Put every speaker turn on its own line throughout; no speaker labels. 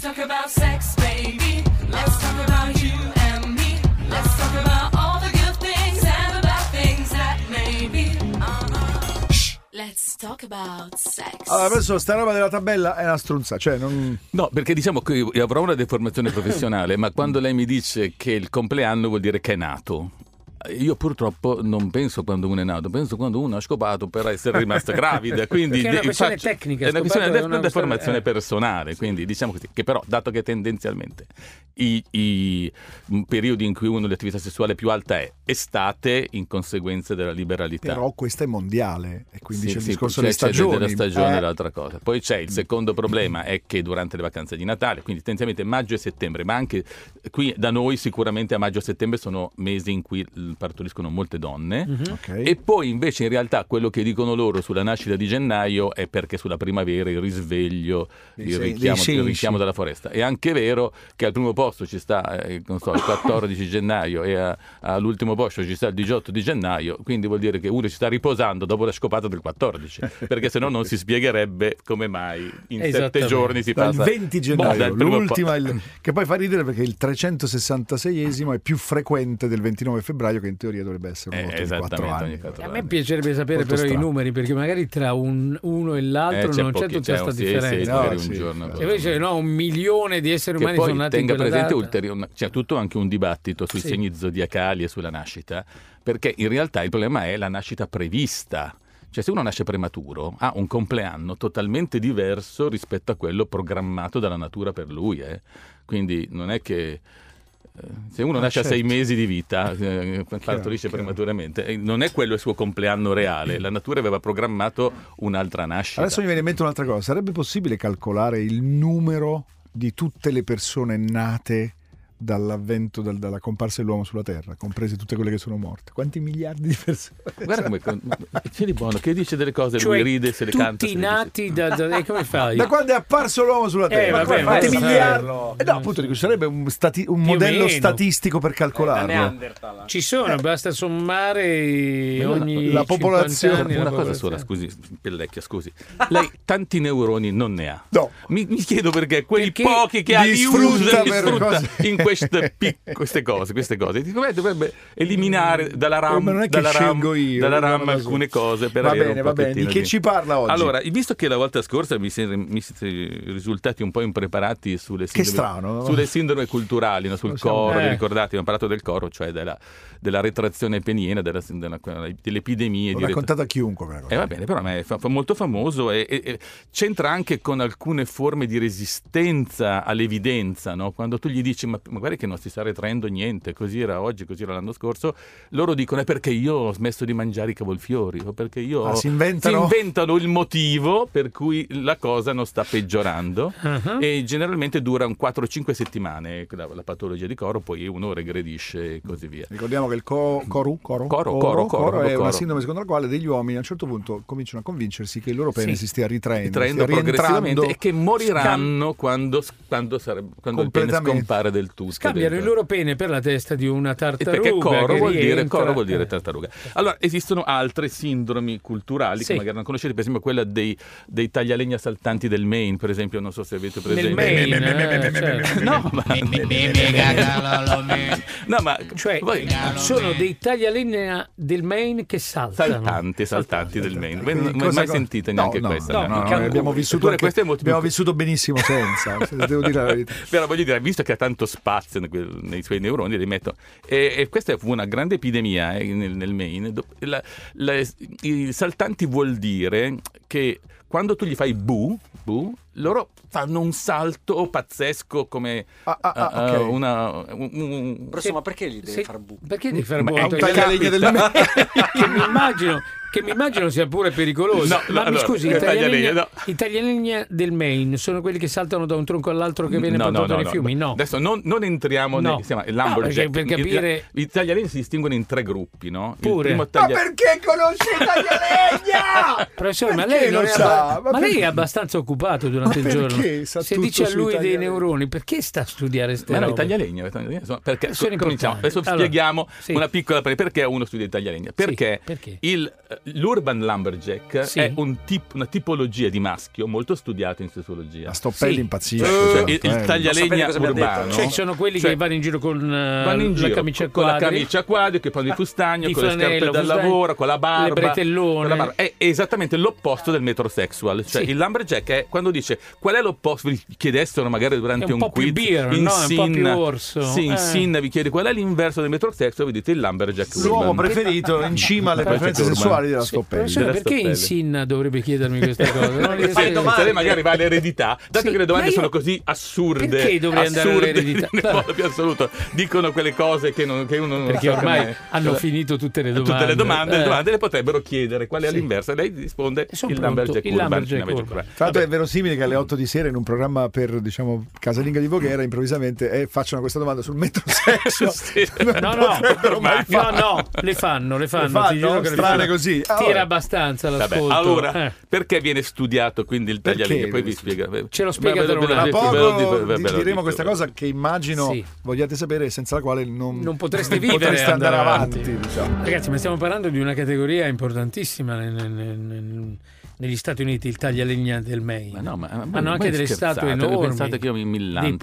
talk about sex, baby. Let's talk about you and me. Let's talk about all the good things and the bad things that maybe. Uh-uh. Let's talk about sex.
Ah,
Allora, adesso sta roba della tabella è una strunza, cioè non...
No, perché diciamo che io avrò una deformazione professionale, ma quando lei mi dice che il compleanno vuol dire che è nato, io purtroppo non penso quando uno è nato, penso quando uno ha scopato per essere rimasta gravida. Quindi
Perché è una
di-
questione
faccio-
tecnica,
È una
scopato
questione di
è una questione-
deformazione
eh.
personale. Quindi diciamo così, che però, dato che tendenzialmente i, i m, periodi in cui uno l'attività sessuale più alta è estate, in conseguenza della liberalità.
Però questa è mondiale e quindi
Sì,
c'è il
sì,
discorso
c'è-
delle
c'è de-
stagioni.
della stagione
Eh,
è l'altra cosa. Poi c'è il secondo problema, è che durante le vacanze di Natale, quindi tendenzialmente maggio e settembre, ma anche qui da noi sicuramente a maggio e settembre sono mesi in cui l- partoriscono molte donne.
ok.
E poi invece in realtà quello che dicono loro sulla nascita di gennaio è perché sulla primavera il risveglio,
Dei
il
sen-
richiamo,
dei
il
sensi.
richiamo dalla foresta. È anche vero che al primo posto ci sta eh, non so, il 14 gennaio e a- all'ultimo posto ci sta il 18 di gennaio, quindi vuol dire che uno si sta riposando dopo la scopata del 14, perché se no non si spiegherebbe come mai in sette
Esattamente.
giorni si
Dal
passa
20
Boh, dal
gennaio,
primo po-
l'ultima, il- che poi fa ridere perché il 366esimo è più frequente del 29 febbraio, che in teoria dovrebbe essere
Eh,
un voto di 4
esattamente, ogni
anni.
quattro
A me
anni.
piacerebbe sapere
Molto
però
strano.
i numeri, perché magari tra un- uno e
Eh,
l'altro
c'è
non c'è
pochi-
tutta
c'è
questa
un- sì, sì,
differenza. Oh,
magari un
No, sì.
giorno
E
E invece no, un milione di esseri
che
umani sono
poi
nati in
tenga
quella
presente
data.
ulteriore, c'è tutto anche un dibattito sui
Sì.
segni zodiacali e sulla nascita, perché in realtà il problema è la nascita prevista. Cioè, se uno nasce prematuro, ha un compleanno totalmente diverso rispetto a quello programmato dalla natura per lui. eh. Quindi non è che. eh, Se uno
Ah,
nasce a sei
certo.
mesi di vita, eh, partorisce
chiaro.
prematuramente, eh, non è quello il suo compleanno reale. La natura aveva programmato un'altra nascita.
Adesso mi viene in mente un'altra cosa, sarebbe possibile calcolare il numero di tutte le persone nate dall'avvento, dal- dalla comparsa dell'uomo sulla Terra, comprese tutte quelle che sono morte? Quanti miliardi di persone?
Guarda come. C'è di buono che dice delle cose,
Cioè,
lui ride se le
tutti
canta. se le dice.
nati da, da- e come fai?
Da quando è apparso l'uomo sulla
Eh,
Terra?
vabbè,
Come
ma
fate
questo
miliardi?
saperlo.
Eh no, appunto, dico, ci sarebbe un, stati- un
Più o
modello
meno.
statistico per
Eh,
calcolarlo.
Ci sono, basta sommare
Ma io
ogni
la
50
popolazione-
anni la
Una cosa
popolazione.
sola, scusi, Pellecchia, scusi. Lei tanti neuroni non ne ha.
No.
Mi, mi chiedo perché quei
Perché
pochi che
li
ha li
sfrutta
usa, li
per
sfrutta
cose-
in queste, pic- queste cose, queste cose. Dico, beh, dovrebbe eliminare dalla RAM,
Mm, Ma non è che
dalla RAM,
scelgo io,
dalla
guarda
RAM
così.
alcune cose per
Va
avere
bene,
un
va bene.
pochettino
Di che ci parla oggi?
Allora, visto che la volta scorsa mi siete, mi siete risultati un po' impreparati sulle
Che
sindrome,
strano.
sulle sindrome culturali, no? sul
Lo siamo-
coro,
eh.
vi ricordate, abbiamo parlato del coro, cioè della, della retrazione peniena, della, della- delle epidemie.
L'ho
di retra-
raccontato a chiunque quella cosa.
eh, va bene, però a me è fa- fa molto famoso e, e- e c'entra anche con alcune forme di resistenza all'evidenza, no? Quando tu gli dici ma, ma guarda che non si sta retraendo niente, così era oggi, così era l'anno scorso, loro dicono è perché io ho smesso di mangiare i cavolfiori o perché io...
Ah, si inventano?
si inventano il motivo per cui la cosa non sta peggiorando
Uh-huh.
Ah,
e generalmente dura un 4-5 settimane la, la patologia di coro, poi uno regredisce e così via.
Ricordiamo che il co- coru, coro,
Coro, coro, coro,
è
coro.
una sindrome secondo la quale degli uomini a un certo punto cominciano a convincersi che il loro pene
Sì.
si stia ritraendo,
ritraendo
stia
progressivamente e
rientrando.
che moriranno quando, quando, sareb- quando il pene
Completamente.
scompare del tutto.
Scambiano il
dentro.
loro pene per la testa di una
E
tartaruga.
perché coro
che
vuol, dire,
rientra. eh.
coro vuol dire tartaruga. Allora, esistono altre sindromi culturali
Sì.
che magari non conoscete, per esempio quella dei, dei taglialegna saltanti del Maine, per esempio, non so se avete presente.
Nel Maine, eh, certo.
No, ma... no, ma...
Cioè,
voi-
sono dei taglialinea del Maine che saltano.
Saltanti, saltanti del Maine. Voi non
Quindi
mai
cosa-
sentite
no,
neanche
no,
questa?
No,
Cioè, no?
no,
I
no,
canguri.
abbiamo vissuto,
Eppure
anche-
questo è molto più-
abbiamo vissuto benissimo senza, se devo dire la verità.
Però voglio dire, visto che ha tanto spazio in quel- nei suoi neuroni, li metto. E, e questa fu una grande epidemia eh, nel, nel Maine. Do- la- la- I saltanti vuol dire che quando tu gli fai bu, bu, loro fanno un salto pazzesco come
Ah, ah, ah,
eh,
ok.
una, un, un-
Però insomma, perché gli devi
Sì,
far buco?
Perché devi far
Ma è
buco?
un
Perché-
taglialegna del Maine.
che mi immagino che mi immagino sia pure pericoloso.
No, no,
Ma mi
allora,
scusi, i
i taglialegna,
taglialegna,
no.
i taglialegna del Maine sono quelli che saltano da un tronco all'altro
Mm,
che viene portato nei fiumi? No.
Adesso non, non entriamo
No.
nel si chiama
No,
lumberjack.
perché per
I-
capire-
I, taglialini si distinguono in tre gruppi, no? Il
Pure.
primo
Ma
taglia-
perché conosci Taglialegna?
Professore, ma
Perché
lei, non
lo
è
sa?
abba-
Ma
ma lei
perché?
è abbastanza occupato durante
Ma
il
perché
giorno.
sa
Se
tutto
dice a
sui
lui dei
taglialegna?
neuroni, perché sta a studiare ste
Ma no, i
robe?
taglialegna, i taglialegna sono- perché
Sono
cominciamo.
importanti.
Adesso
Allora,
spieghiamo
sì.
una piccola pre- perché uno studia i taglialegna. Perché,
perché?
il eh, l'urban lumberjack
Sì.
è un tip- una tipologia di maschio molto studiata in sociologia.
La Stoppelli
Sì.
impazzisce.
Cioè,
certo,
il, il
eh.
taglialegna
Lo sapete cosa mi ha detto,
urbano.
no?
Cioè, sono quelli
Cioè,
che vanno in giro con eh,
vanno in
la
giro
camicia
con la
quadri. Ah,
camicia a quadri, che fanno i
Di
fustagni, con le
flanella,
scarpe da
fustagni,
lavoro, con la barba,
le bretellone.
con la barba. È esattamente l'opposto del metrosexual. Cioè,
Sì.
il lumberjack è quando dice qual è l'opposto, vi chiedessero magari durante
È un po'
quiz
più beer,
in
no? È un po'
Sin-
più orso.
Sì, in
Eh.
Sin vi chiede qual è l'inverso del metrosexual, vi dite il lumberjack
L'uomo
urban.
preferito in cima alle
Poi c'è
preferenze
Turman.
sessuali.
sessuali della
Sì,
Stoppelli.
professore,
Della
perché
Stoppelli.
in Sin dovrebbe chiedermi queste cose? Non
Perché
riesco a-
fai domande.
Se magari va all'eredità, dato
Sì,
che le domande
ma io-
sono così assurde,
Perché dovrei andare
assurde,
all'eredità?
nel modo più assoluto, dicono quelle cose che, non- che uno non
Perché
sa
ormai
come-
hanno
cioè,
finito tutte le domande.
Tutte le domande, le
Eh.
domande le potrebbero chiedere qual è
Sì.
l'inversa. Lei risponde
Sono
il
pronto,
Lumberjack
il
Urban.
Lumberjack
Lumberjack
Urban.
Urban.
Tra l'altro è verosimile che alle 8 di sera in un programma per diciamo casalinga di Voghera improvvisamente eh, facciano questa domanda sul metro sesso.
Sì.
No, no,
potrebbero mai
no,
fare.
no, le fanno, le fanno.
Le fanno?
ti giuro che le
Strane
fanno.
così? Ah,
Tira
vabbè.
abbastanza
Vabbè,
l'ascolto.
allora,
Eh.
perché viene studiato quindi il
Perché?
taglialegna? Poi vi spiega.
Ce lo
Beh,
spiega
ve
tra un
ve
Tra
attimo.
ve lo dico,
poco
ve lo
di-
dico.
diremo questa cosa che immagino
Sì.
vogliate sapere e senza la quale non,
Non potreste
non
vivere,
potreste andare,
andare
avanti.
avanti.
diciamo.
Ragazzi, ma stiamo parlando di una categoria importantissima nel- nel- nel- negli Stati Uniti, il taglialegna del
Ma
Maine.
no, ma- ma-
Hanno
ma
anche delle
scherzate,
statue enormi.
pensate che io mi millanti,
Dei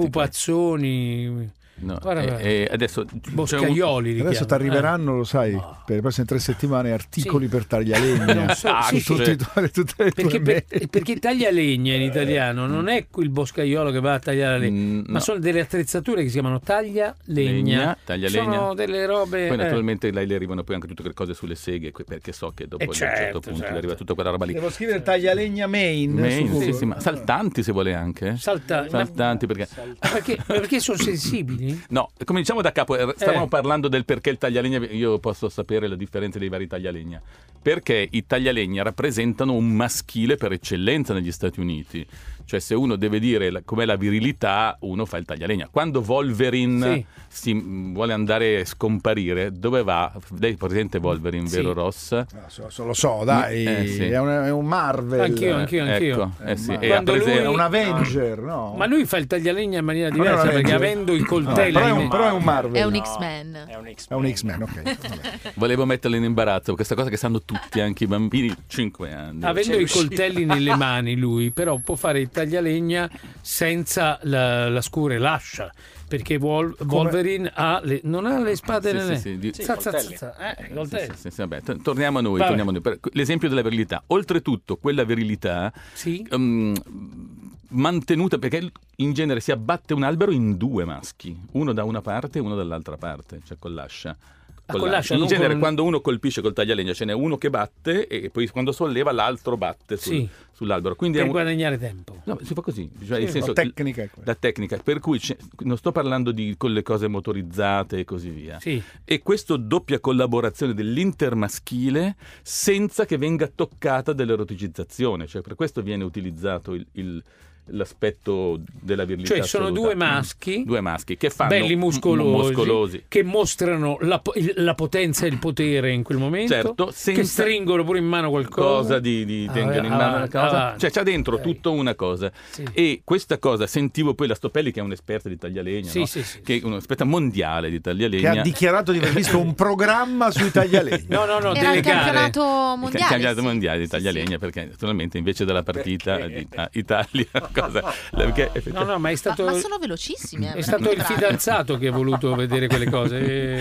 pupazzoni.
No,
Guarda,
eh,
guarda.
eh, adesso c'è un-
Boscaioli li
Adesso ti
chiamano.
arriveranno, lo sai, per le prossime tre settimane articoli
Sì.
per
Non
taglialegna.
so,
Ah,
sì,
su
sì.
tutti i tuoi- tutte le
Eh, Perché,
tue mail.
per- perché taglia-legna in italiano non è il boscaiolo che va a tagliare la legna,
Eh, Mm,
ma
no.
sono delle attrezzature che si chiamano taglia-legna.
legna, taglia
Sono delle robe.
Poi
eh.
naturalmente lei le arrivano poi anche tutte quelle cose sulle seghe, que- perché so che dopo
Eh,
a un
certo,
certo punto
certo.
le arriva tutta quella roba lì.
Devo scrivere taglialegna main.
Main,
su Google.
sì, sì, ma saltanti se vuole anche. eh.
Salta- ma-
saltanti perché
Ma perché, ma perché sono sensibili?
No, cominciamo da capo. Eh, Stavamo
Eh.
parlando del perché il taglialegna. Io posso sapere la differenza dei vari taglialegna. Perché i taglialegna rappresentano un maschile per eccellenza negli Stati Uniti. Cioè, se uno deve dire la- com'è la virilità, uno fa il taglialegna. Quando Wolverine
Sì.
si mh, vuole andare a scomparire, dove va? Lei è presente Wolverine,
Sì.
vero Ross?
Ah, so- so- lo so, dai,
Eh, sì.
è, un, è un Marvel.
Anch'io,
Eh,
anch'io, anch'io.
Ecco, eh sì,
Ma-
e ha
Quando
prese-
lui-
È un Avenger, no?
Ma lui fa il taglialegna in maniera
è un
diversa perché
Avenger.
avendo i
No,
coltelli.
però, è un,
in-
però è un Marvel.
È un
No.
X-Men.
È un X.
È un X-Men, ok. vabbè.
Volevo metterla in imbarazzo, questa cosa che sanno tutti, anche i bambini 5 anni.
Avendo i coltelli nelle mani lui, però può fare il taglialegna senza la, la scura e l'ascia, perché Wol- Wolverine ha le- non ha le spade
Sì,
nelle
sì, sì, di-
Za, za,
coltelli.
za, za. Eh,
Sì,
coltelli.
sì, sì, vabbè, t- torniamo a noi,
Vabbè.
torniamo a noi. Per- L'esempio della virilità. Oltretutto, quella virilità
Sì?
ehm, mantenuta perché in genere si abbatte un albero in due maschi, uno da una parte e uno dall'altra parte, cioè con l'ascia.
Ah, con l'ascia,
in
non
genere
con-
quando uno colpisce col taglialegna ce n'è uno che batte e poi quando solleva l'altro batte sul-
Sì.
sull'albero. Quindi è
Per
un-
guadagnare tempo.
No, si fa così, cioè,
Sì,
nel senso,
La tecnica è quella.
la tecnica, per cui c'è- non sto parlando di con le cose motorizzate e così via.
Sì.
E questa doppia collaborazione dell'intermaschile senza che venga toccata dall'eroticizzazione, cioè per questo viene utilizzato il- il- l'aspetto della virilità.
Cioè, sono
assoluta. Mm.
due maschi.
Due maschi che fanno
belli
m-
muscolosi,
muscolosi.
che mostrano la, po- il- la potenza e il potere in quel momento
Certo, senza-
che stringono pure in mano qualcosa
Cosa di, di
Ah,
tengono in mano la
avanti,
cosa.
avanti.
Cioè, c'ha dentro
Ok.
tutta una cosa.
Sì.
E questa cosa sentivo poi la Stoppelli, che è un'esperta di taglialegna,
Sì,
no?
sì, sì,
che è un'esperta mondiale di
Che
taglialegna.
ha dichiarato di aver visto un programma sui taglialegna.
no no no
Era
delle gare
il campionato
Il
mondiale.
ca- campionato
sì.
mondiale di
Sì, sì.
taglialegna perché naturalmente invece della partita
Perché?
di ah, Italia cosa, perché
no no ma è
Ma,
stato
ma sono velocissimi. eh,
È stato il
veramente.
fidanzato che ha voluto vedere quelle cose,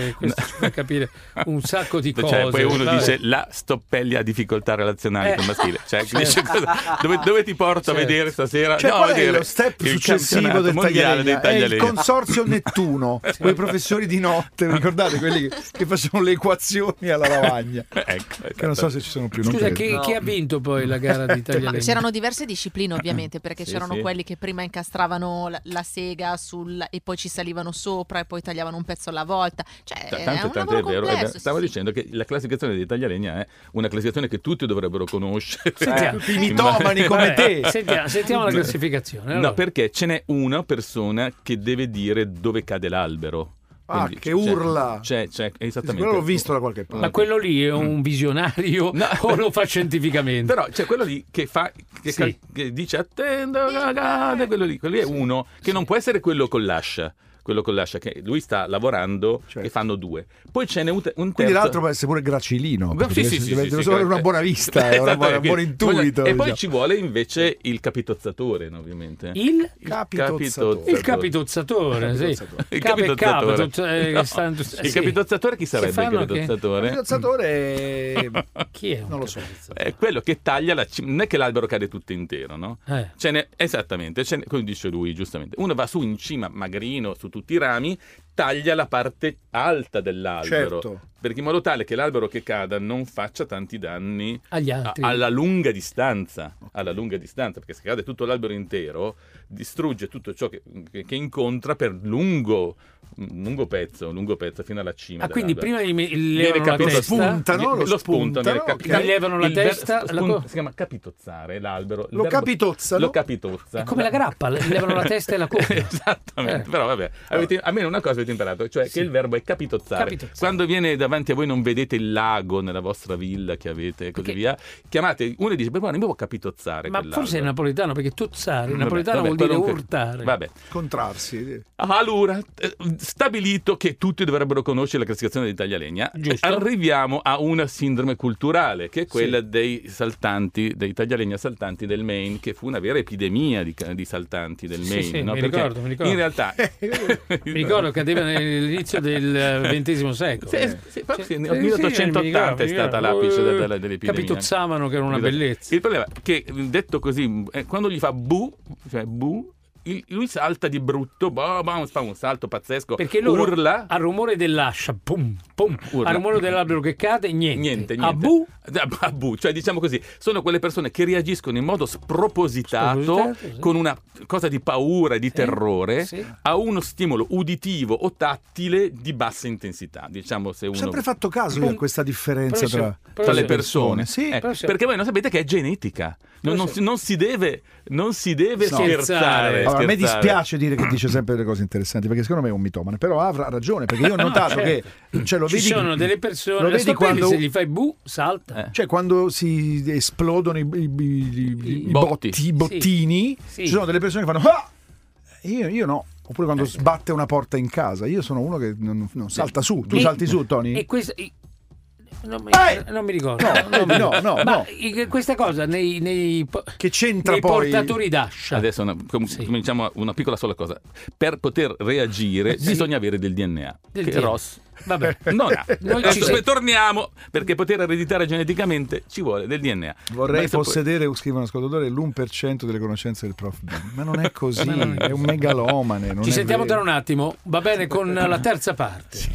e questo ci fa capire un sacco di cose.
Cioè, poi uno
Vabbè.
dice la Stoppelli ha difficoltà relazionali
Eh.
con maschile. Cioè,
Certo.
dice cosa- dove, dove ti porto
Certo.
a vedere stasera?
Cioè,
No, a
qual è
vedere
lo step
il
successivo
campionato
del
mondiale
taglialegna? È
dei
il
taglialegna.
consorzio Nettuno, quei professori di notte, ricordate quelli che, che facevano le equazioni alla lavagna.
Ecco,
Che non so se ci sono più. non
Scusa,
credo.
chi, chi ha vinto poi la gara di
Ma
Taglialegna?
c'erano diverse discipline ovviamente perché
Sì,
c'erano
sì.
quelli che prima incastravano la, la sega sul, e poi ci salivano sopra e poi tagliavano un pezzo alla volta. Cioè,
T-
è
Tanto,
un
tanto
lavoro
è vero, eh,
complesso, sì,
stavo
sì.
dicendo che la classificazione dei taglialegna è una classificazione che tutti dovrebbero conoscere.
Sentiamo.
Tutti i mitomani come
Vabbè,
te.
Sentiamo, sentiamo la classificazione. Eh, allora.
No, perché ce n'è una persona che deve dire dove cade l'albero.
Ah, che
c'è-
urla.
C'è, c'è, esattamente.
Quello l'ho visto da qualche parte.
Ma quello lì è un visionario
Mm. No.
o lo fa scientificamente?
Però c'è quello lì che fa che,
Sì.
cal- che dice attenda, cagate", quello lì, quello lì è uno che non può essere quello con l'ascia. quello con l'ascia, che lui sta lavorando
Certo.
e fanno due. Poi ce n'è un, te- un
Quindi
terzo.
l'altro può essere pure gracilino.
Certo. Beh,
perché
sì, sì,
se-
sì,
deve
sì,
deve
sì,
solo avere una
eh,
buona vista, eh, una buona- un
esattamente.
buon intuito.
E poi
diciamo.
ci vuole invece il capitozzatore, no, ovviamente.
Il?
Il
Capitozzatore.
Il capitozzatore,
Il
sì.
capitozzatore.
Il
Capo e
capitozzatore.
capo, tut- eh,
No.
stanno-
Il
sì.
capitozzatore chi
Si
sarebbe il
fanno che-
Il
capitozzatore?
piazzatore-
Chi è? un
Non lo so.
capitozzatore?
È quello che taglia la cima, non è che l'albero cade tutto intero, no?
Eh.
Ce n'è- esattamente, ce n'è- come dice lui, giustamente. Uno va su in cima, magrino, su tutti i rami, taglia la parte alta dell'albero.
Certo.
Perché in modo tale che l'albero che cada non faccia tanti danni
Agli
a-
altri.
alla lunga distanza. Alla lunga distanza, perché se cade tutto l'albero intero, distrugge tutto ciò che, che incontra per lungo, un lungo pezzo, un lungo pezzo fino alla cima.
Ah, quindi
dell'albero.
prima gli me- gli
Viene
levano la
capito-
testa.
spunta. Spuntano, lo
lo spuntano,
spuntano,
il
ok.
capi-
Gli levano la
il ver-
testa, la
spun-
co-
si chiama capitozzare l'albero. il
Lo
verbo-
capitozzano.
Lo capitozza.
È come la grappa, le- levano la testa e la coda.
Esattamente,
Eh.
però vabbè, avete, almeno una cosa avete imparato, cioè
Sì.
che il verbo è capitozzare.
Capitozzare.
Quando viene davanti a voi non vedete il lago nella vostra villa che avete e così
Perché-
via, chiamate, uno dice, beh, guarda, mi devo capitozzare
Ma
quell'albero."
forse è napoletano, perché tozzare, in
Vabbè,
napoletano
vabbè,
vuol dire
qualunque-
urtare.
Vabbè,
Contrarsi.
Allora, eh, stabilito che tutti dovrebbero conoscere la classificazione di taglialegna,
Giusto.
eh, arriviamo a una sindrome culturale, che è quella dei saltanti, dei taglialegna saltanti del Maine, che fu una vera epidemia di, ca- di saltanti del
Sì,
Maine.
sì,
no?
mi
Perché
ricordo, mi ricordo.
In realtà...
Mi ricordo che cadeva nell'inizio del eh, XX secolo.
Sì,
Eh.
sì, proprio
Cioè,
sì, nel
sì,
1880
mi ricordo,
è
mi
stata
ricordo.
l'apice
Eh,
della- dell'epidemia.
Capitozzavano che era una
Esatto.
bellezza.
Il problema è che, detto così, eh, quando gli fa bu, cioè bu, il- lui salta di brutto, boh, boh, fa un salto pazzesco,
Perché loro
urla.
al rumore dell'ascia, pum, pum,
Urla.
al rumore dell'albero che cade, niente.
Niente, niente.
A bu,
Da- a bu, cioè diciamo così, sono quelle persone che reagiscono in modo spropositato,
Spropositato, sì.
con una cosa di paura e di terrore
sì.
a uno stimolo uditivo o tattile di bassa intensità, diciamo se
Ho
uno
sempre fatto caso io a questa differenza
Però se-
tra...
però
tra le
se-
persone,
Sì,
Eh,
però se-
perché voi non sapete che è genetica, non, non si, non si deve, non si deve
No.
scherzare.
Allora, a me
scherzare.
dispiace dire che dice sempre delle cose interessanti, perché secondo me è un mitomane, però avrà ragione, perché io ho
No,
notato
certo.
che cioè, lo
ci
vedi,
sono delle persone,
lo
lo
vedi
sapelli,
quando,
se gli fai bu, salta.
Eh.
cioè, quando si esplodono i, i- i- i- i
I
botti,
botti.
i bottini,
Sì.
ci sono delle persone che fanno... "Ah!" Io, io no, oppure quando
Eh.
sbatte una porta in casa, io sono uno che non, non salta su, tu
E-
salti su Tony?
E questo... i- Non mi,
Eh!
non mi ricordo.
No,
non mi
no,
ricordo.
no,
Ma
no.
i- questa cosa nei, nei, po-
Che c'entra
nei
poi...
portatori d'ascia.
Adesso una- com-
Sì.
cominciamo a una piccola sola cosa. Per poter reagire
Sì.
bisogna avere del DNA.
Del
che
DNA.
Ross
Vabbè.
Non ha.
Noi
Adesso
ci siamo.
torniamo perché poter ereditare geneticamente ci vuole del DNA. Ma
Vorrei
questo
possedere, scrive un ascoltatore, l'1% delle conoscenze del prof. Bing. Ma non è così,
Ma non è
è un megalomane. non
Ci
è
sentiamo
vero.
tra un attimo, va bene, con la terza parte.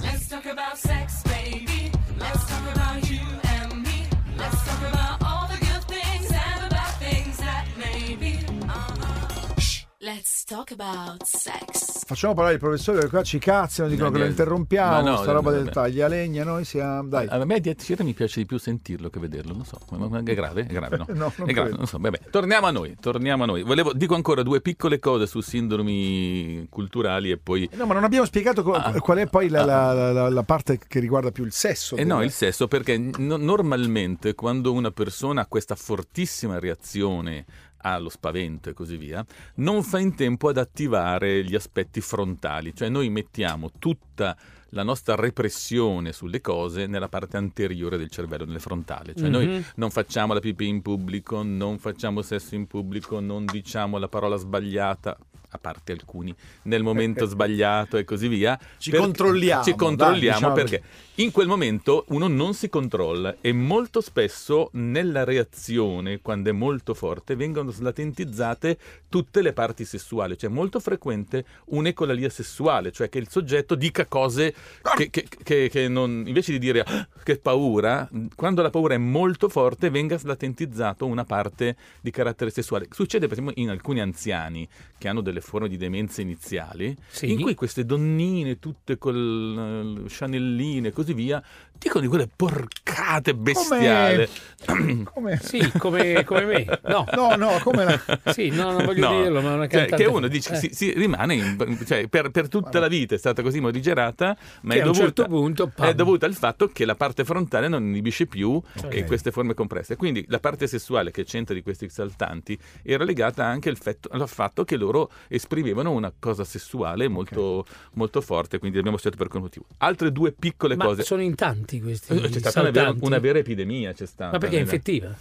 Let's talk about sex, baby. Let's talk about you and me. Let's talk about all the good things and the bad things that may be. Uh-huh. Shh. Let's talk about sex.
Facciamo parlare il professore perché qua ci cazzano, dicono
No,
che lo
no,
interrompiamo,
no, no,
sta roba
no,
del
vabbè.
taglia legna, noi siamo... Dai,
A me di Atticera mi piace di più sentirlo che vederlo, non so, ma- ma è grave, è grave, no?
No, non
è grave,
credo.
non so, vabbè. Torniamo a noi, torniamo a noi. Volevo, dico ancora due piccole cose su sindromi culturali e poi...
Eh No, ma non abbiamo spiegato co-
Ah.
qual è poi la, la- la- la parte che riguarda più il sesso.
Eh
del-
no, il sesso, perché no- normalmente quando una persona ha questa fortissima reazione allo spavento e così via, non fa in tempo ad attivare gli aspetti frontali, cioè noi mettiamo tutta la nostra repressione sulle cose nella parte anteriore del cervello, nelle frontali, cioè noi
Mhm.
non facciamo la pipì in pubblico, non facciamo sesso in pubblico, non diciamo la parola sbagliata, a parte alcuni, nel momento sbagliato e così via.
Ci controlliamo,
Ci controlliamo
dai, diciamo
perché in quel momento uno non si controlla e molto spesso nella reazione, quando è molto forte, vengono slatentizzate tutte le parti sessuali. Cioè è molto frequente un'ecolalia sessuale, cioè che il soggetto dica cose che, che- che- che non, invece di dire "Ah, che paura, quando la paura è molto forte venga slatentizzato una parte di carattere sessuale. Succede per esempio in alcuni anziani che hanno delle forme di demenza iniziali
Sì.
in cui queste donnine tutte con eh, chanelline e così via dico di quelle porcate bestiali.
Come?
Sì, come, come me. No.
No, no, come la-
Sì, no, non voglio dirlo, ma è una
Cioè,
cantante-
che uno dice che
eh.
si, si rimane in- cioè, per, per tutta la vita è stata così morigerata, ma
Che
è
a un
dovuta,
certo punto, pam.
è dovuta al fatto che la parte frontale non inibisce più
Ok.
eh, queste forme compresse. Quindi la parte sessuale che c'entra di questi saltanti era legata anche al, fetto- al fatto che loro esprimevano una cosa sessuale molto, molto forte, quindi l'abbiamo scelto per quel motivo. Altre due piccole
Ma
cose. Eh,
sono in tanti questi
C'è stata una vera,
saltanti?
una vera epidemia, c'è stata.
Ma perché è
nella-
infettiva?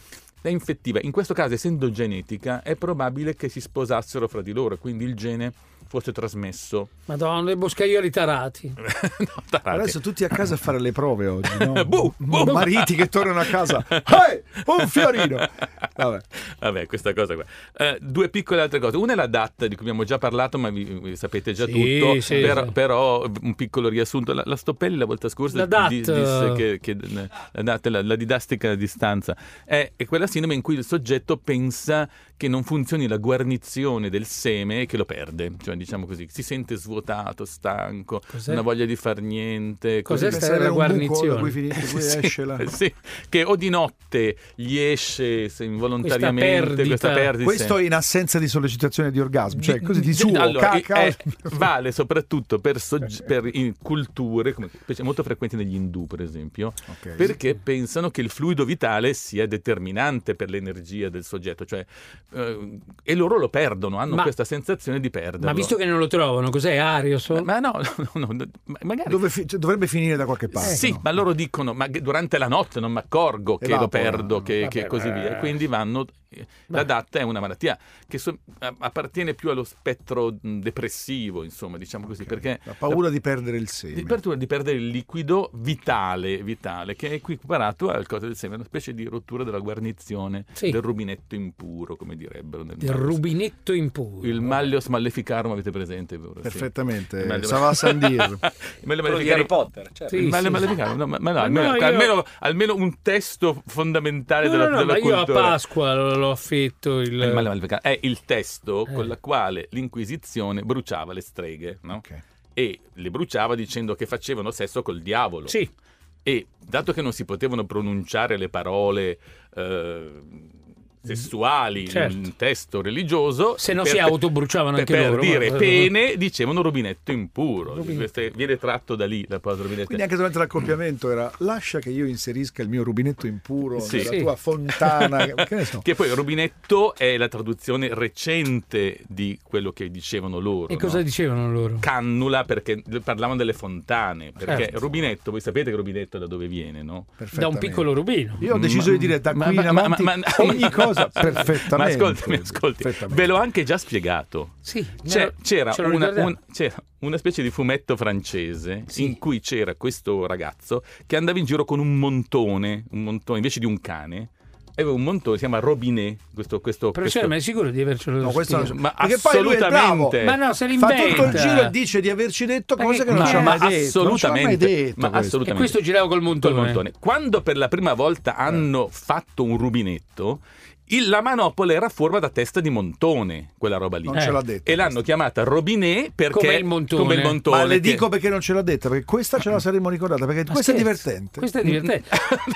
è infettiva. In questo caso, essendo genetica, è probabile che si sposassero fra di loro, quindi il gene fosse trasmesso.
Madonna, i boscaioli
Eh,
tarati.
no, tarate.
Adesso tutti a casa a fare le prove oggi, no?
Buh, buh.
Mariti che tornano a casa. Ehi, un fiorino! Vabbè.
Vabbè, questa cosa qua. Eh, due piccole altre cose. Una è la DAT, di cui abbiamo già parlato, ma vi, vi sapete già
Sì,
tutto.
sì,
Per-
sì.
Però un piccolo riassunto. La, la Stoppelli la volta scorsa
La DAT,
di- disse che, che la, DAT, la, la didastica a distanza è, è quella sindrome in cui il soggetto pensa che non funzioni la guarnizione del seme e che lo perde. Cioè, diciamo così, si sente svuotato, stanco,
Cos'è?
non ha voglia di far niente.
Cos'è
Deve
sta
essere
la
un buco da
guarnizione?
cui finisce, poi
Sì,
esce la-
sì, che o di notte gli esce se involontariamente
Questa
questa
perdita.
perdita.
Questo in assenza di sollecitazione di orgasmo, cioè così di suo, Eh.
Allora, eh,
cacao.
è- vale soprattutto per, sogge- per in- culture come- specie molto frequenti negli indù, per esempio,
Ok.
perché pensano che il fluido vitale sia determinante per l'energia del soggetto, cioè, eh, e loro lo perdono, hanno
Ma-
questa sensazione di perderlo. Eh,
Ma visto che non lo trovano, cos'è Arioso?
Ma no, no, no, no, ma- magari
Dove fi- cioè, dovrebbe finire da qualche parte.
Eh, sì,
no?
ma loro dicono: Ma che durante la notte non mi accorgo che
Evapora.
lo perdo, che, che
Vabbè,
così
beh.
via. Quindi vanno. eh, La DAT è una malattia che so- a- appartiene più allo spettro mh, depressivo, insomma, diciamo così, perché
La paura di perdere il seme.
di perdere, di perdere il liquido vitale, vitale, che è equiparato al cosa del seme, una specie di rottura della guarnizione
Sì.
del rubinetto impuro, come direbbero. nel
Il
Malleus.
rubinetto impuro.
Il malleus maleficarum, avete presente? vero? Sì.
Perfettamente,
Il malleus-
Sava Sandir.
Il
Quello di
malleus maleficarum-
Harry Potter, certo.
Sì,
ma,
Cioè, sì,
ma-
sì.
ma- no, ma- ma no,
Ma
almeno,
no, io-
almeno- almeno un testo fondamentale
No,
della,
no, no,
della
ma io a
cultura. Eh,
Pasqua lo, lo affetto il...
Il male maleficato è il testo
Eh.
con la quale l'Inquisizione bruciava le streghe no?
Ok.
e le bruciava dicendo che facevano sesso col diavolo.
Sì,
E dato che non si potevano pronunciare le parole eh, sessuali
Certo.
in un testo religioso,
se no
per-
si autobruciavano
per,
anche
per
loro.
dire
ma-
pene dicevano rubinetto impuro.
Rubinetto.
Queste- viene tratto da lì la parola rubinetto.
Quindi anche durante l'accoppiamento era lascia che io inserisca il mio rubinetto impuro
Sì.
nella
Sì.
tua fontana. che ne so.
Che poi rubinetto è la traduzione recente di quello che dicevano loro.
E cosa
no?
dicevano loro?
Cannula perché parlavano delle fontane. Perché
Certo.
rubinetto, voi sapete che rubinetto da dove viene, no?
Da un
Perfettamente.
piccolo rubino.
Io ho deciso
Ma-
di dire da
ma-
qui in
ma- ma-
avanti
ma- ma-
ogni
ma-
cosa
ma-
perfettamente.
Ma ascoltami, ascolti,
Perfettamente.
ve l'ho anche già spiegato.
Sì,
C'è-
me lo-
c'era,
ce lo
una,
ricordiamo.
un- c'era una specie di fumetto francese
Sì.
in cui c'era questo ragazzo che andava in giro con un montone, un montone invece di un cane. Aveva un montone, si chiama Robinet. Questo, questo,
Però
questo-
c'era, ma è sicuro di avercelo
No, questo non
spiegato?
ma
Perché poi lui è bravo.
assolutamente.
Ma no, se
Fa
l'inventa.
tutto il giro e dice di averci detto
Ma
cose
che-
che non
ma-
ci ha
ma
mai detto. non ci ha mai
assolutamente,
detto
ma
questo.
assolutamente.
E questo girava col
Col
montone.
montone. Quando per la prima volta hanno fatto un rubinetto, il- la manopola era a forma da testa di montone, quella roba lì.
Non
Eh.
ce l'ha detto.
E l'hanno chiamata Robinet perché
Come il montone.
come il montone,
Ma le
che-
dico perché non ce l'ha detta, perché questa ce la
Mm-hmm.
saremmo ricordata, perché
Ma
questa è
scherzi,
divertente.
Questa è divertente.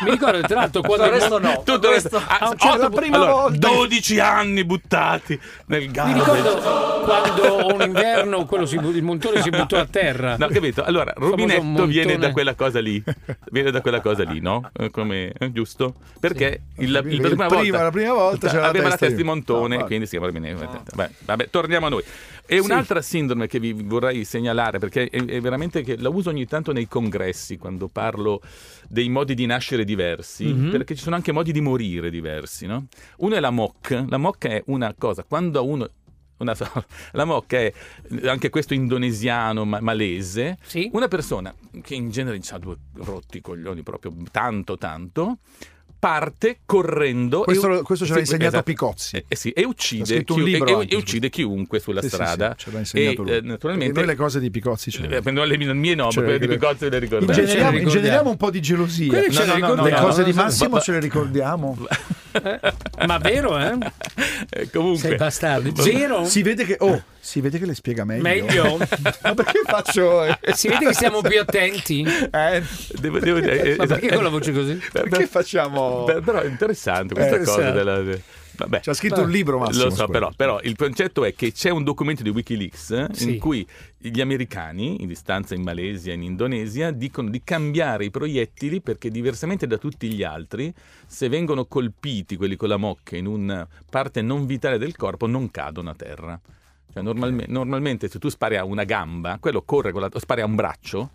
Mi ricordo tra l'altro quando
Tutto il resto no.
tutto il resto. Ah,
un certo
otto-
punto- prima
allora,
volta-
12 anni buttati nel
Mi
gatto.
ricordo quando un inverno quello si bu- il montone si buttò a terra.
No, capito? Allora,
Il famoso
Rubinetto viene
montone.
da quella cosa lì. Viene da quella cosa lì, no? Eh, Come, eh, giusto? Perché il,
Perché
il- la, prima
prima-
volta,
la prima volta c'era la
aveva la
testa Ah, di-
testa di montone,
No, vabbè.
quindi si chiama Rubinetto. Vabbè, vabbè, torniamo a noi. E
Sì.
un'altra sindrome che vi vorrei segnalare, perché è, è veramente che la uso ogni tanto nei congressi quando parlo dei modi di nascere diversi,
Mhm.
perché ci sono anche modi di morire diversi, no? Uno è la mock. La mock è una cosa, quando a uno. Una, la mock è anche questo indonesiano ma- malese,
Sì.
una persona che in genere ha due rotti coglioni proprio tanto tanto parte correndo
Questo
e-
lo- questo ce l'ha insegnato
esatto.
Picozzi.
Eh, eh sì, e
Ha
uccide,
scritto un
chiu- e-
libro
e-
anche
e
su
uccide chiunque sulla
Sì, sì, sì,
strada
ce l'ha insegnato
e,
lui.
eh, naturalmente
Perché noi le cose di Picozzi ce le-
eh, no, le mie- non mie no
Ce le-
quelle di
quelle-
Picozzi le ricordiamo
ce le
Ingeneriamo,
ricordiamo.
ingeneriamo un po' di gelosia.
Quelle ce
No,
le
no, no,
ricordiamo.
Le cose di
no, no,
Massimo
va-
ce le ricordiamo.
Eh, ma vero, eh?
Eh, Comunque,
Sei bastardo. Zero?
Si vede che, oh, si vede che le spiega meglio.
Meglio?
Ma perché faccio...
Si vede che siamo più attenti?
Eh,
Devo, devo dire, eh,
Ma perché
esatto.
con la voce così?
perché facciamo... Eh,
Beh, però è interessante questa cosa
Interessante.
della... de- Vabbè.
Ci ha scritto un libro, Massimo.
Lo so,
su
però,
quello.
però il concetto è che c'è un documento di Wikileaks eh,
Sì.
in cui gli americani, in distanza in Malesia e in Indonesia, dicono di cambiare i proiettili perché diversamente da tutti gli altri, se vengono colpiti quelli con la mocca in una parte non vitale del corpo, non cadono a terra. Cioè, normalme- normalmente se tu spari a una gamba, quello corre con la... o spari a un braccio,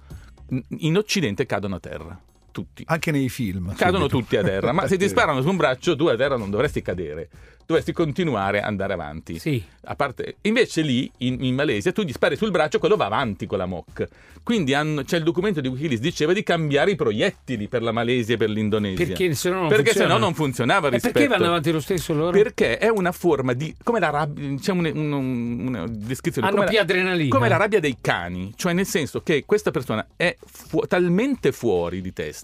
n- in Occidente cadono a terra. Tutti
Anche nei film.
cadono
subito.
tutti a terra, ma se ti
Sì.
sparano su un braccio, tu a terra non dovresti cadere, dovresti continuare ad andare avanti.
Sì.
A parte- invece lì, in, in Malesia, tu gli spari sul braccio, quello va avanti con la MOC. Quindi hanno- c'è il documento di Wikileaks diceva di cambiare i proiettili per la Malesia e per l'Indonesia.
Perché se no non
Perché se
funziona.
no non funzionava
E
rispetto
perché vanno avanti lo stesso loro?
Perché è una forma di. come la rabbia. C'è un- un- un- una descrizione.
Hanno
come
più
la-
adrenalina.
come la rabbia dei cani, cioè nel senso che questa persona è fu- talmente fuori di testa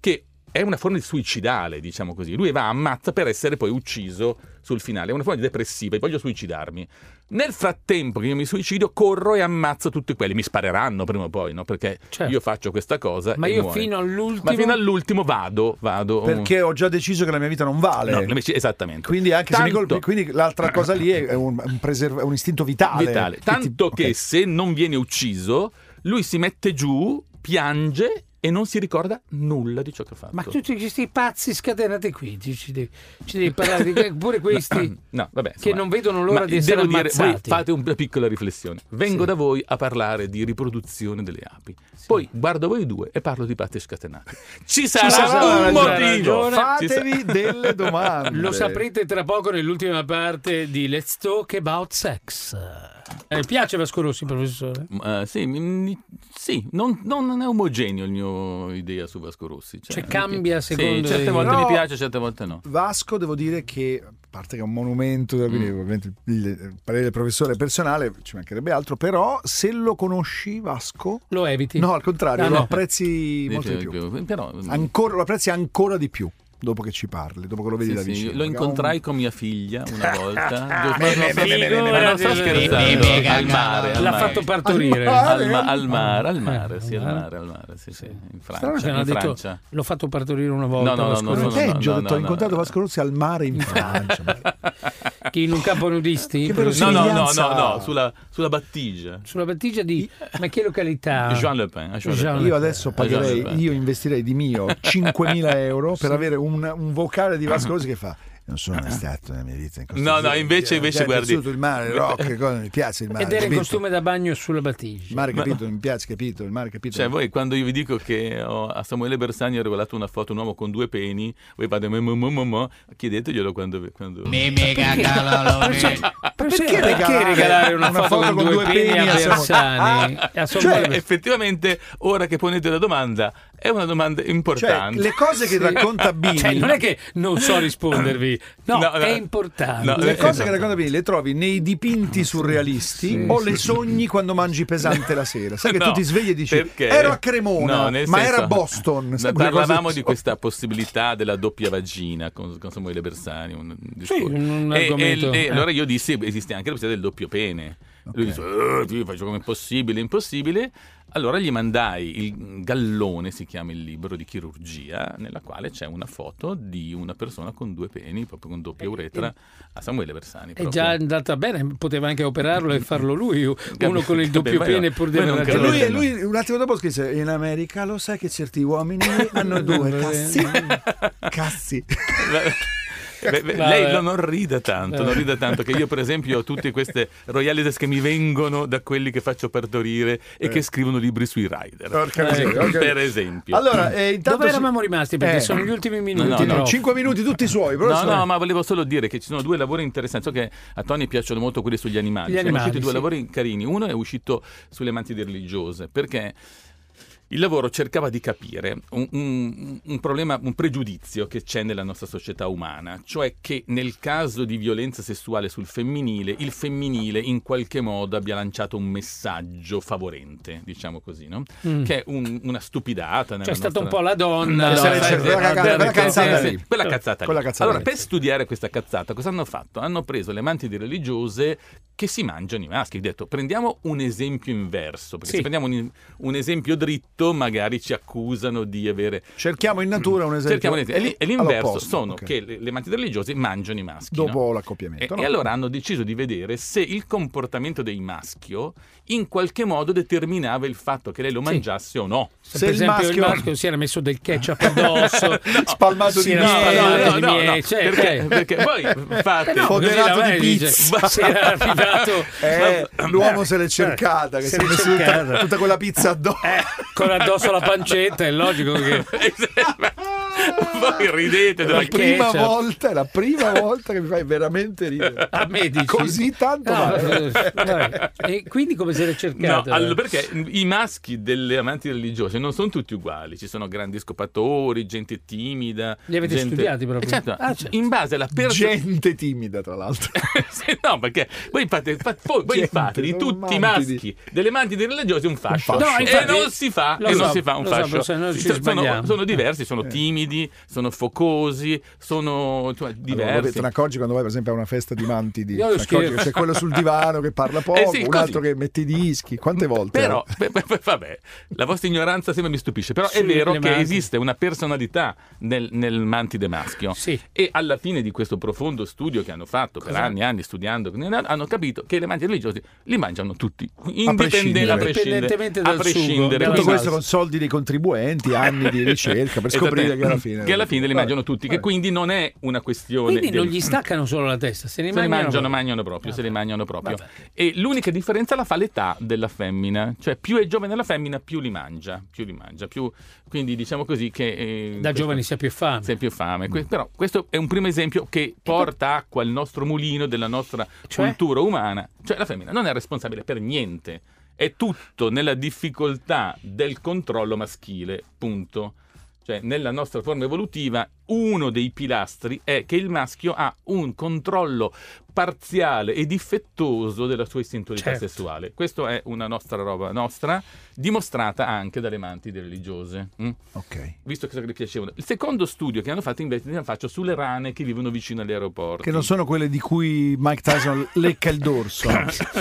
che è una forma di suicidale, diciamo così. Lui va a ammazza per essere poi ucciso sul finale, è una forma di depressiva, e voglio suicidarmi. Nel frattempo che io mi suicido, corro e ammazzo tutti quelli, mi spareranno prima o poi, no? Perché
Certo.
io faccio questa cosa
Ma
e
io
muoio.
fino all'ultimo...
Ma fino all'ultimo vado, vado.
Perché ho già deciso che la mia vita non vale.
No, invece- esattamente.
Quindi anche se mi
Tanto-
colpi, quindi l'altra cosa lì è è un, un preserv- è un istinto vitale.
vitale.
Che ti-
Tanto che
ok.
se non viene ucciso, lui si mette giù, piange e non si ricorda nulla di ciò che ha fatto.
Ma tutti questi pazzi scatenati qui, ci ci devi, ci devi parlare di que- pure questi
No, no, vabbè,
che
insomma.
non vedono l'ora
Ma
di essere
devo dire, voi
ammazzati.
fate una piccola riflessione. Vengo
Sì.
da voi a parlare di riproduzione delle api.
Sì.
Poi guardo voi due e parlo di pazzi scatenati. Ci sarà,
Ci sarà
un
ragione.
motivo. Ci sarà-
Fatevi delle domande.
Lo saprete tra poco nell'ultima parte di Let's Talk About Sex. Eh, piace Vasco Rossi, professore?
Ma, Mm, eh, sì, mi- sì, non, non- non è omogeneo il mio idea su Vasco Rossi.
Cioè, cambia
sì,
secondo
certe
i-
volte
No.
mi piace, certe volte no.
Vasco, devo dire che a parte che è un monumento,
Mm.
quindi ovviamente il, il parere del professore è personale, ci mancherebbe altro, però se lo conosci Vasco,
Lo eviti?
no, al contrario,
No,
lo
no.
apprezzi molto di
Dice- mm.
più.
eh, Però,
Ancora, lo apprezzi ancora di più dopo che ci parli, dopo che lo vedi
Sì,
da
sì,
vicino.
lo incontrai con mia figlia una volta. Ma non sto-
beh,
ma non sto
beh,
scherzando,
beh, beh,
al mare. al
eh, L'ha
mare.
fatto partorire.
Ah,
Al, ma- al mare, al
Ah,
mare, sì, al
ah.
mare, al mare, sì, sì, in
Strano che
Francia.
non ha
In
Cioè, detto,
Francia.
l'ho fatto partorire una volta.
No, no, no,
Vasco
no,
Ma
Rossi.
no, no,
peggio, ho detto, ho
no,
incontrato
no.
Vasco Rossi al mare in Francia. ma-
Che in un campo nudisti?
Che però
No, no, no,
somiglianza.
no, no, sulla, sulla battigia.
Sulla battigia di... Ma che località?
Jean Le Pen. a Jean Le
Ah. Jean
Pen.
Le
Io adesso
Ah, già,
pagherei,
beh.
io investirei di mio 5.000 euro per avere un, un vocale di Vasco Rossi che fa. Non sono mai stato nella mia vita in Costa
Ah. No, no,
Rica,
invece-
mi
invece
è
guardi- eh.
piaciuto Cioè, il mare, il rock, che cosa, mi piace il mare.
Ed era in
capito?
costume da bagno sulla
Il
battigia.
mare, capito, mi piace, capito, il mare, capito.
Cioè, voi quando io vi dico che ho- a Samuele Bersani ho regalato una foto, un uomo con due peni, voi fate mo, mo, mo, mo, mo, chiedeteglielo quando... quando... Ah,
Perché,
regalare
regalare una,
una
foto, con due peni, a
Samuele?
Bersani?
Cioè,
A Samuele-
effettivamente, ora che ponete la domanda, è una domanda
Cioè,
importante.
le cose che racconta Bini,
Cioè, non è che non so rispondervi, no,
No, no.
è importante.
No,
le
eh,
cose che
esatto.
racconta Bini le trovi nei dipinti surrealisti o le sogni quando mangi pesante la sera. Sai che tu
No,
ti svegli e dici
perché-
ero a Cremona,
No,
ma
nel senso-
era a Boston. Sai quelle cose-
Parlavamo di questa possibilità della doppia vagina con, con Samuele Bersani. Un discorso.
un- un
e,
argomento,
e- e
eh.
allora io dissi: esiste anche la possibilità del doppio pene. Lui dice: "Eh, io faccio come possibile, impossibile. Allora gli mandai il gallone, si chiama il libro di chirurgia, nella quale c'è una foto di una persona con due peni, proprio con doppia uretra, a Samuele Bersani.
È
proprio.
già andata bene, poteva anche operarlo e farlo lui, uno
Capito,
con il doppio
capito,
pene
ma
pur di
noi
aver
non
E
ragione.
Cioè, lui,
capiremo.
e lui un attimo dopo scrisse in America lo sai che certi uomini hanno due cazzi cazzi
Beh, beh,
Vabbè.
lei non- non rida tanto, non
Eh.
Vabbè.
rida tanto che io per esempio ho tutte queste royalties che mi vengono da quelli che faccio partorire e che scrivono libri sui rider.
Eh. Porca
Eh,
miseria, ok.
Per esempio.
allora eh, intanto
Dove
si-
eravamo rimasti? Perché
Eh.
sono gli ultimi minuti.
No, no,
però.
5 minuti tutti suoi
No,
professore.
no, ma volevo solo dire che ci sono due lavori interessanti. So che a Tony piacciono molto quelli sugli animali.
Gli
sono
animali,
usciti due
sì.
lavori carini. Uno è uscito sulle mantide religiose perché Il lavoro cercava di capire un, un- un problema, un pregiudizio che c'è nella nostra società umana, cioè che nel caso di violenza sessuale sul femminile, il femminile in qualche modo abbia lanciato un messaggio favorente, diciamo così, no?
Mm.
che è un- una stupidata.
C'è
nella
stata
nostra-
un po' la donna.
No,
Sì,
sai,
sì,
sì,
quella
sì,
caga- quella
sì,
cazzata
sì,
lì.
sì, quella cazzata lì.
Quella cazzata
allora,
lì,
per
sì.
studiare questa cazzata, cosa hanno fatto? Hanno preso le mantide religiose che si mangiano i maschi. Ho detto, prendiamo un esempio inverso, perché
Sì.
se prendiamo un, un esempio dritto, magari ci accusano di avere...
Cerchiamo in natura un esempio.
Cerchiamo un esempio. E lì- e l'inverso
all'opposto,
sono
ok.
che le, le mantide religiose mangiano i maschi. no?
Dopo
E,
l'accoppiamento. no?
e allora hanno deciso di vedere se il comportamento del maschio in qualche modo determinava il fatto che lei lo
Sì.
mangiasse o no.
Se
Se,
il
per esempio il
maschio-
maschio si era messo del ketchup addosso,
Spalmato
si
di
era
miele.
spalmato
No,
di
no, no,
miele,
no,
cioè,
perché-
ok.
perché poi, infatti,
Eh no, così
foderato
la
di
Mary dice,
pizza.
si era arrivato
Eh,
ma-
l'uomo
eh,
se l'è cercata, che
se
si è
l'è
messo tutta,
cercata.
tutta quella pizza addosso.
Eh, con addosso la pancetta, è logico che
Voi ridete
È la
della
Perché?
prima
Ketchup.
volta, è la prima volta che mi fai veramente ridere.
a me dici
Così tanto
No,
male.
eh, vabbè. E quindi come si era
No,
cercato?
allora, perché i maschi delle amanti religiose non sono tutti uguali, ci sono grandi scopatori, gente timida.
Li avete
gente-
studiati proprio?
Eh, certo,
Ah, certo.
in base alla persona.
Gente timida, tra l'altro.
Sì, no, perché voi fate, fa- voi- voi
Gente,
fate di
sono
tutti i
mantidi.
maschi delle mantide religiose un fascio,
Un fascio. No,
e
infatti,
non si fa,
lo
e
so,
non si fa un
lo so,
fascio.
però se no ci
Cioè, sono,
sbagliamo. Eh.
sono diversi, sono timidi, sono focosi, sono insomma,
Allora,
diversi.
te ne accorgi quando vai, per esempio, a una festa di mantidi.
Io lo
Te ne accorgi
scherzo.
che c'è quello sul divano che parla poco,
Eh sì,
un
così.
altro che mette i dischi. Quante volte?
Però, beh, beh, beh, vabbè, la vostra ignoranza sempre mi stupisce, però è
Sì,
vero
le
che
mantide.
esiste una personalità nel, nel mantide maschio.
Sì.
E alla fine di questo profondo studio che hanno fatto per
Cosa?
anni e anni studiando, hanno capito che le mantide religiose li mangiano tutti,
prescindere.
indipendente, a prescindere.
Indipendentemente
a
dal sugo,
prescindere.
dalla
Tutto
Quindi-
questo con soldi dei contribuenti, anni di ricerca per
Esattamente.
scoprire che alla fine.
Che alla fine li
Vabbè.
mangiano tutti, che
Vabbè.
quindi non è una questione
quindi non
del-
gli staccano solo la testa, se ne
se li mangiano,
mangiano,
mangiano proprio, se li mangiano proprio.
Vabbè.
E l'unica differenza la fa l'età della femmina, cioè più è giovane la femmina, più li mangia, più li mangia, più... quindi diciamo così che... eh,
da
questo-
giovani si ha più fame.
si ha più fame. Que- però questo è un primo esempio che porta acqua al nostro mulino della nostra
Cioè?
cultura umana, cioè la femmina non è responsabile per niente, è tutto nella difficoltà del controllo maschile, punto. Cioè, nella nostra forma evolutiva, uno dei pilastri è che il maschio ha un controllo parziale e difettoso della sua istintualità
Certo.
sessuale. Questa è una nostra roba nostra, dimostrata anche dalle mantide religiose. mm?
Ok.
visto che sono piacevole. Il secondo studio che hanno fatto invece ne faccio sulle rane che vivono vicino agli aeroporti.
Che non sono quelle di cui Mike Tyson lecca il dorso.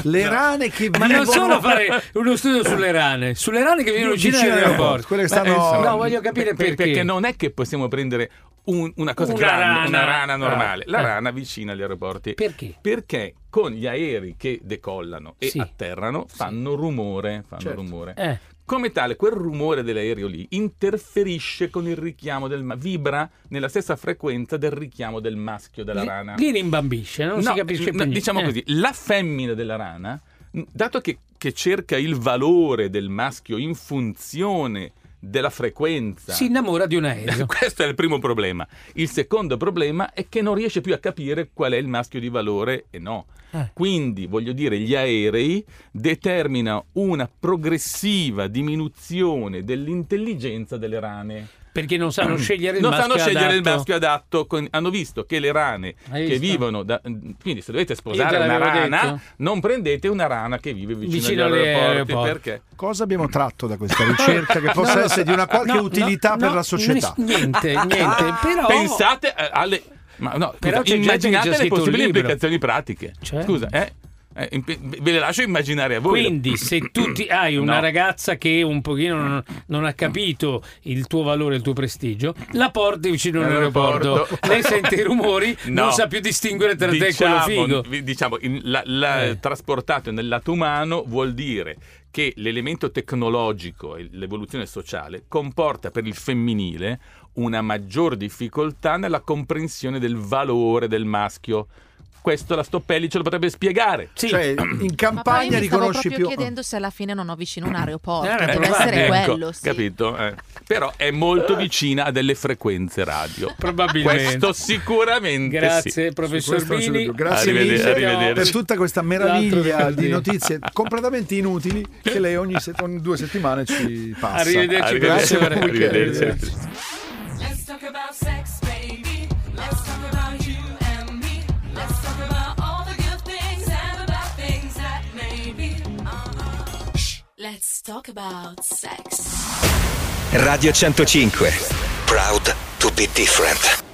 Le rane che
Ma
vivono
non solo fare uno studio sulle rane, sulle rane che vivono vicino
vicino
all'aeroporto. eh,
Quelle che
Beh, eh,
stanno.
insomma,
No, voglio capire
per-
perché.
non è che possiamo prendere un- una cosa
Una
grande,
rana.
una rana normale. La
Ah.
rana vicina agli aeroporti.
Perché?
Perché con gli aerei che decollano e
Sì.
atterrano fanno rumore, fanno
Certo.
rumore.
Eh,
Come tale, quel rumore dell'aereo lì interferisce con il richiamo del ma- vibra nella stessa frequenza del richiamo del maschio della
li-
rana.
Li rimbambisce, non si
No,
capisce più
no,
niente.
Diciamo
Eh.
così, la femmina della rana, mh, dato che, che cerca il valore del maschio in funzione della frequenza.
Si innamora di un aereo.
Questo è il primo problema. Il secondo problema è che non riesce più a capire qual è il maschio di valore e no.
Eh.
Quindi, voglio dire, gli aerei determinano una progressiva diminuzione dell'intelligenza delle rane.
Perché Mm. non sanno scegliere il
non
maschio
sanno scegliere il
adatto.
maschio adatto. con- hanno visto che le rane
Hai
che
visto?
vivono da- quindi se dovete
Io
sposare
te
una
l'avevo
rana
detto.
non prendete una rana che vive vicino,
Vicino
agli
agli
aeroporti,
aeroporti.
perché
Cosa abbiamo tratto da questa ricerca che possa essere di una qualche
No,
utilità
no,
per
no,
la società?
n- Niente, niente, però
pensate eh, alle ma no,
Oh. Però
scusa,
c'è gente che
immaginate
ci ha
le
scritto un
possibili
libro.
implicazioni pratiche
Cioè?
scusa eh, eh, imp- ve le lascio immaginare a voi
Quindi se tu ti- hai una
No.
ragazza che un pochino non, non ha capito il tuo valore, il tuo prestigio, la porti vicino
All'aeroporto.
all'aeroporto, lei sente i rumori,
No.
non sa più distinguere tra te e quello
Diciamo-
figo.
vi- Diciamo, in- la- la-
Eh.
trasportato nel lato umano vuol dire che l'elemento tecnologico e l'evoluzione sociale comporta per il femminile una maggior difficoltà nella comprensione del valore del maschio. questo la Stoppelli ce lo potrebbe spiegare.
Sì.
Cioè, in
Ma poi
campagna
mi stavo
riconosci più.
proprio chiedendo se alla fine non ho vicino un aeroporto.
Eh,
Deve
provate.
essere
Ecco,
quello, sì.
capito? Eh. Però è molto vicina a delle frequenze radio.
Eh. Probabilmente.
Questo sicuramente
Grazie,
sì.
professor
Su questo non c'è
Bini.
dubbio. Grazie
Arrivederci,
mille
arrivederci.
per tutta questa
L'altro
meraviglia
venerdì.
di notizie completamente inutili che lei ogni, se- ogni due settimane ci passa.
Arrivederci,
Arrivederci,
professore.
arrivederci.
Let's talk about sex, baby. Let's talk about you and me. Let's talk about all the good things and the bad things that maybe. Uh-uh. Shh. Let's talk about sex.
Radio 105. Proud to be different.